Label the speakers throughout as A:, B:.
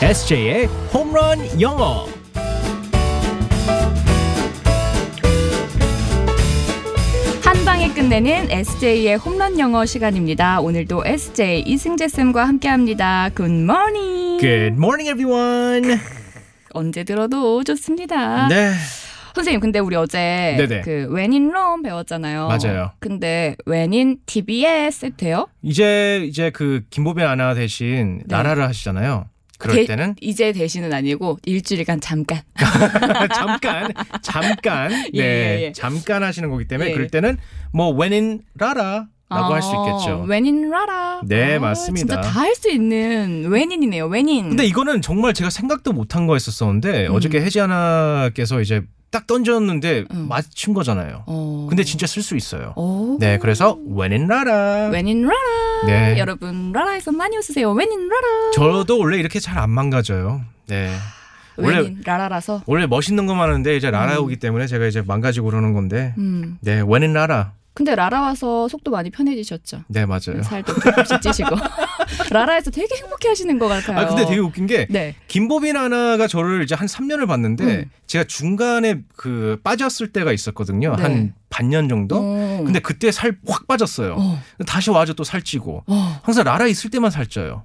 A: SJ의 홈런 영어.
B: 한 방에 끝내는 SJ의 홈런 영어 시간입니다. 오늘도 SJ 이승재 쌤과 함께합니다. 굿모닝.
A: Good morning, everyone.
B: 언제 들어도 좋습니다.
A: 네,
B: 선생님, 근데 우리 어제
A: 네네.
B: 그 When in Rome 배웠잖아요.
A: 맞아요.
B: 근데 When in TBS 해도 돼요?
A: 이제 이제 그 김보배 아나 대신
B: 네.
A: 나라를 하시잖아요. 그럴
B: 대-
A: 때는
B: 이제 대신은 아니고 일주일간 잠깐.
A: 잠깐, 잠깐, 네,
B: 예, 예, 예.
A: 잠깐 하시는 거기 때문에
B: 예.
A: 그럴 때는 뭐 when in 라라라고 할 수
B: 아,
A: 있겠죠.
B: When in Rara.
A: 네,
B: 아,
A: 맞습니다.
B: 진짜 다 할 수 있는 When in이네요. When in.
A: 근데 이거는 정말 제가 생각도 못한 거였었었는데 어저께 혜지 하나께서 이제 딱 던졌는데
B: 음.
A: 맞춘 거잖아요.
B: 어.
A: 근데 진짜 쓸 수 있어요.
B: 오.
A: 네, 그래서 when in 라라.
B: When in Rara.
A: 네.
B: 여러분 라라에서 많이 웃으세요. When in Rara.
A: 저도 원래 이렇게 잘 안 망가져요. 네.
B: When
A: 원래-
B: in 라라라서.
A: 원래 멋있는 것만 하는데 이제 라라 오기 때문에 제가 이제 망가지고 그러는 건데.
B: 음.
A: 네, when in 라라.
B: 근데 라라 와서 속도 많이 편해지셨죠.
A: 네, 맞아요.
B: 살도 조금씩 찌시고 라라에서 되게 행복해 하시는 것 같아요.
A: 아, 근데 되게 웃긴 게
B: 네.
A: 김보빈 하나가 저를 이제 한 3년을 봤는데
B: 음.
A: 제가 중간에 그 빠졌을 때가 있었거든요.
B: 네.
A: 한 반년 정도.
B: 어.
A: 근데 그때 살 확 빠졌어요.
B: 어.
A: 다시 와서 또 살찌고.
B: 어.
A: 항상 라라 있을 때만 살쪄요.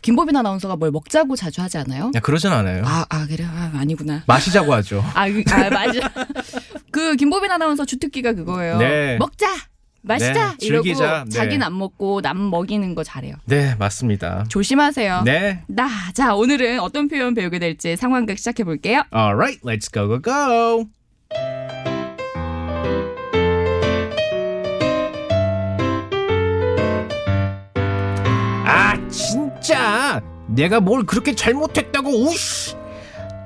B: 김보빈 아나운서가 뭘 먹자고 자주 하지 않아요?
A: 그냥 그러진 않아요.
B: 아, 아 그래 아, 아니구나.
A: 마시자고 하죠.
B: 아, 그- 아 맞아. 그 김보빈 아나운서 주특기가 그거예요.
A: 네.
B: 먹자, 마시자
A: 네,
B: 이러고
A: 즐기자. 네.
B: 자기는 안 먹고 남 먹이는 거 잘해요.
A: 네, 맞습니다.
B: 조심하세요.
A: 네.
B: 나, 자 오늘은 어떤 표현 배우게 될지 상황극 시작해 볼게요.
A: Alright, let's go go go. 아, 진짜. 내가 뭘 그렇게 잘못했다고 우씨.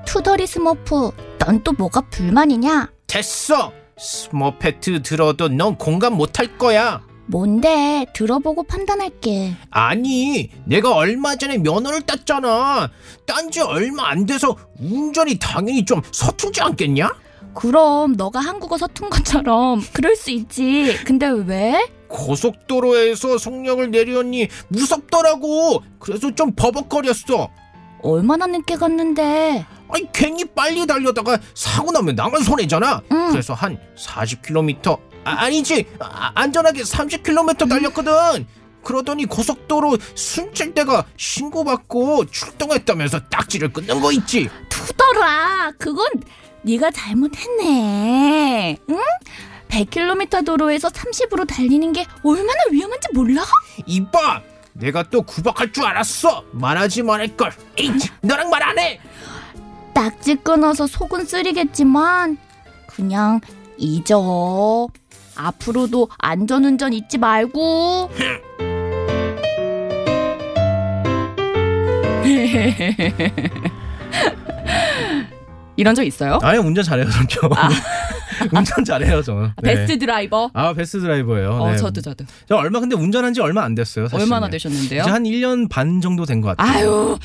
C: 투덜이 스머프, 넌 또 뭐가 불만이냐?
A: 됐어. 스머페트 들어도 넌 공감 못할 거야.
C: 뭔데? 들어보고 판단할게.
A: 아니, 내가 얼마 전에 면허를 땄잖아. 딴 지 얼마 안 돼서 운전이 당연히 좀 서툴지 않겠냐?
C: 그럼 너가 한국어 서툰 것처럼 그럴 수 있지. 근데 왜?
A: 고속도로에서 속력을 내리었니 무섭더라고. 그래서 좀 버벅거렸어.
C: 얼마나 늦게 갔는데?
A: 아니 괜히 빨리 달려다가 사고 나면 나만 손해잖아.
C: 응.
A: 그래서 한 40km 아, 니지 안전하게 30km 달렸거든. 그러더니 고속도로 순찰대가 신고받고 출동했다면서 딱지를 끊는 거 있지.
C: 투덜아, 그건 네가 잘못했네. 응? 100km 도로에서 30으로 달리는 게 얼마나 위험한지 몰라?
A: 이봐. 내가 또 구박할 줄 알았어. 말하지 말할 걸. 에이, 너랑 말 안 해.
C: 딱지 끊어서 속은 쓰리겠지만 그냥 잊어. 앞으로도 안전운전 잊지 말고.
B: 이런 적 있어요?
A: 아니 운전 잘해요 저. 운전 잘해요 저는.
B: 베스트 드라이버.
A: 아 베스트 드라이버예요.
B: 어,
A: 아, 네.
B: 저도 저도.
A: 저 얼마 근데 운전한 지 얼마 안 됐어요. 사실.
B: 얼마나 되셨는데요?
A: 이제 한 1년 반 정도 된 것 같아요.
B: 아유.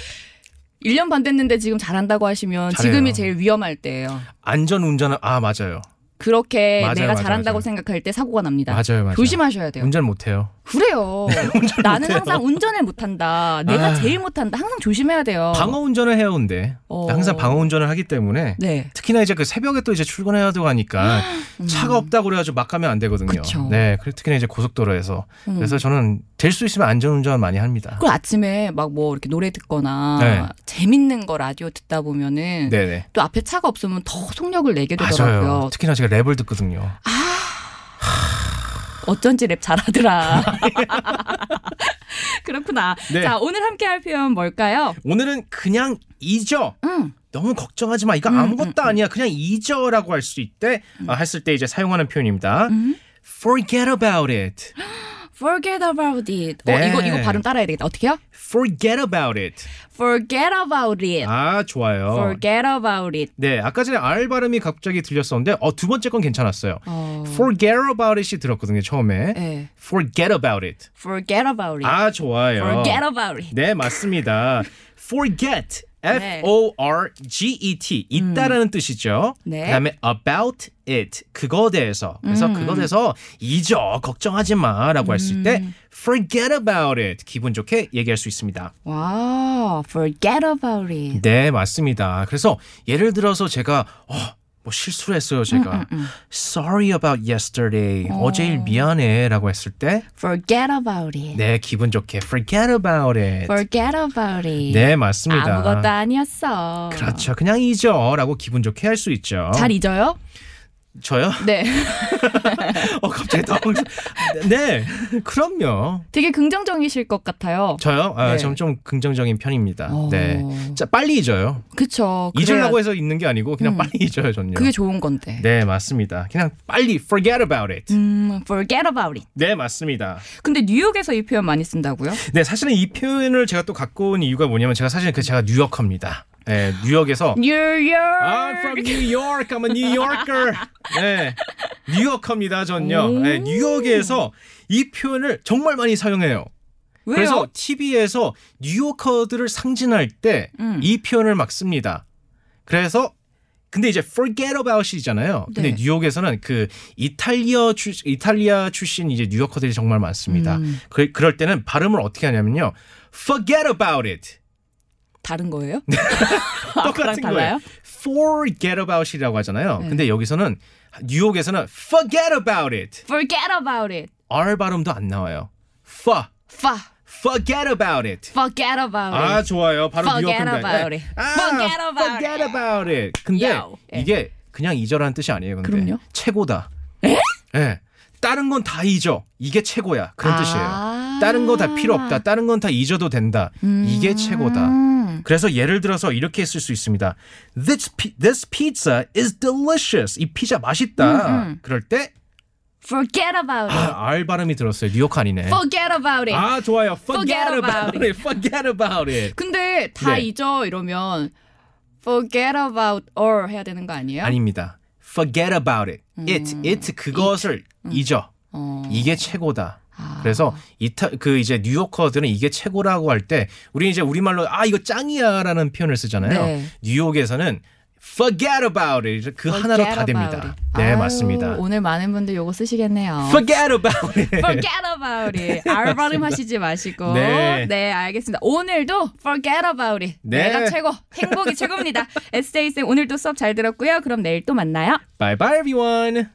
B: 1년 반 됐는데 지금 잘한다고 하시면
A: 잘해요.
B: 지금이 제일 위험할 때예요.
A: 안전 운전은 아 맞아요.
B: 그렇게
A: 맞아요,
B: 내가
A: 맞아요,
B: 잘한다고
A: 맞아요. 생각할
B: 생각할 때 사고가 납니다.
A: 맞아요, 맞아요.
B: 네. 조심하셔야 네. 돼요.
A: 운전 못 해요.
B: 그래요. 나는 항상 운전을 못한다. 내가
A: 네, 아.
B: 제일 못한다. 항상 조심해야 돼요.
A: 방어 운전을 해요, 근데
B: 어.
A: 항상 방어 운전을 하기 때문에
B: 네.
A: 특히나 이제 그 새벽에 또 이제 출근해야 되고 하니까 음. 차가 없다고 그래가지고 막 가면 안 되거든요.
B: 음. 그쵸.
A: 네, 그리고 특히나 이제 고속도로에서
B: 음.
A: 그래서 저는 될 수 있으면 안전 운전을 많이 합니다.
B: 그리고 아침에 막 뭐 이렇게 노래 듣거나
A: 네.
B: 재밌는 거 라디오 듣다 보면은
A: 네네.
B: 또 앞에 차가 없으면 더 속력을 내게 되더라고요. 아.
A: 맞아요. 특히나 제가 랩을 듣거든요.
B: 어쩐지 랩 잘하더라. 그렇구나.
A: 네.
B: 자, 오늘 함께 할 표현 뭘까요? 음.
A: 오늘은 그냥 잊어.
C: 응.
A: 너무 걱정하지 마. 이거 아무것도 아니야. 그냥 잊어라고 할 수 있대.
B: 음.
A: 아, 했을 때 이제 사용하는 표현입니다. Forget about it.
B: Forget about it. 어,
A: 네.
B: 이거 이거 발음 따라야 되겠다. 어떻게요?
A: Forget about it.
B: Forget about it.
A: 아, 좋아요.
B: Forget about it.
A: 네, 아까 전에 R 발음이 갑자기 들렸었는데 어, 두 번째 건 괜찮았어요.
B: 어.
A: Forget about it이 들었거든요, 처음에.
B: 네.
A: Forget about it.
B: Forget about it.
A: 아, 좋아요.
B: Forget about it.
A: 네, 맞습니다. Forget
B: 네.
A: F O R G E T 있다라는 뜻이죠.
B: 네.
A: 그다음에 about it 그거 대해서 그래서
B: 음.
A: 그거 대해서 잊어 걱정하지 마라고 했을 때
B: 음.
A: forget about it 기분 좋게 얘기할 수 있습니다.
B: 와, forget about it.
A: 네 맞습니다. 그래서 예를 들어서 제가 어, 뭐 실수를 했어요 제가
B: 음,
A: sorry about yesterday 어제 일 미안해라고 했을 때
B: forget about it.
A: 네, 기분 좋게 forget about it.
B: forget about it.
A: 네, 맞습니다.
B: 아무것도 아니었어.
A: 그렇죠. 그냥 잊어라고 기분 좋게 할 수 있죠.
B: 잘 잊어요?
A: 저요?
B: 네.
A: 어, 갑자기 당황스. 네, 그럼요.
B: 되게 긍정적이실 것 같아요.
A: 저요? 아,
B: 네.
A: 저는 좀 긍정적인 편입니다.
B: 어.
A: 네. 자, 빨리 잊어요.
B: 그쵸. 그래야
A: 잊으려고 해서 잊는 게 아니고 그냥
B: 음.
A: 빨리 잊어요, 저는요.
B: 그게 좋은 건데.
A: 네, 맞습니다. 그냥 빨리 forget about it.
B: 음, forget about it.
A: 네, 맞습니다.
B: 근데 뉴욕에서 이 표현 많이 쓴다고요?
A: 네, 사실은 이 표현을 제가 또 갖고 온 이유가 뭐냐면 제가 사실 그 제가 뉴욕합니다. 네, 뉴욕에서
B: 뉴욕.
A: I'm 아, from New York. I'm a New Yorker. 네. 뉴욕합니다, 전요. 네, 뉴욕에서 이 표현을 정말 많이 사용해요.
B: 왜요?
A: 그래서 TV에서 뉴요커들을 상징할 때 이
B: 음.
A: 표현을 막 씁니다. 그래서 근데 이제 forget about이잖아요. 근데
B: 네.
A: 뉴욕에서는 그 이탈리아 출 이탈리아 출신 이제 뉴요커들이 정말 많습니다.
B: 음.
A: 그, 그럴 때는 발음을 어떻게 하냐면요. forget about it.
B: 다른 거예요?
A: 네. 똑같은
B: 아까랑
A: 거예요.
B: 달라요?
A: forget about이라고 하잖아요. 근데 여기서는 뉴욕에서는 forget about it.
C: Forget about it.
A: R 발음도 안 나와요. for
C: Fa.
A: forget about it.
C: Forget about
B: 어.
A: 아
C: it.
A: 좋아요. 바로
C: Forget
A: 뉴욕 근데.
C: about it.
A: 아,
C: Forget about
A: forget about it. 근데
C: Yo.
A: 이게 그냥 잊어라는 뜻이 아니에요. 근데
B: 그럼요.
A: 최고다. 예? 다른 건 다 잊어. 이게 최고야. 그런
B: 아.
A: 뜻이에요. 다른 거 다 필요 없다. 다른 건 다 잊어도 된다. 이게 최고다.
B: 음.
A: 그래서 예를 들어서 이렇게 쓸 수 있습니다. This, pi- this pizza is delicious. 이 피자 맛있다.
C: 음,
A: 그럴 때
C: Forget about it.
A: 아, R 발음이 들었어요. 뉴욕 아니네.
C: Forget about it.
A: 아 좋아요.
C: Forget
A: Forget about
C: about
A: it. Forget about it.
B: 근데 다
A: 네.
B: 잊어 이러면 forget about or 해야 되는 거 아니에요?
A: 아닙니다. Forget about it.
C: 음.
A: It, it 그것을 잊어.
B: 어.
A: 이게 최고다.
B: 아.
A: 그래서 이타 그 이제 뉴요커들은 이게 최고라고 할 때 우리 이제 우리말로 아 이거 짱이야라는 표현을 쓰잖아요.
B: 네.
A: 뉴욕에서는 forget about it 그 하나로 다
B: Forget
A: 됩니다.
B: about it.
A: 네
B: 아유,
A: 맞습니다.
B: 오늘 많은 분들 요거 쓰시겠네요.
A: forget about it.
B: Forget about it. R 발음 하시지 마시고.
A: 네.
B: 알겠습니다. 오늘도 forget about it.
A: 네.
B: 내가 최고. 행복이 최고입니다. 에세이쌤 오늘도 수업 잘 들었고요. 그럼 내일 또 만나요.
A: bye bye everyone.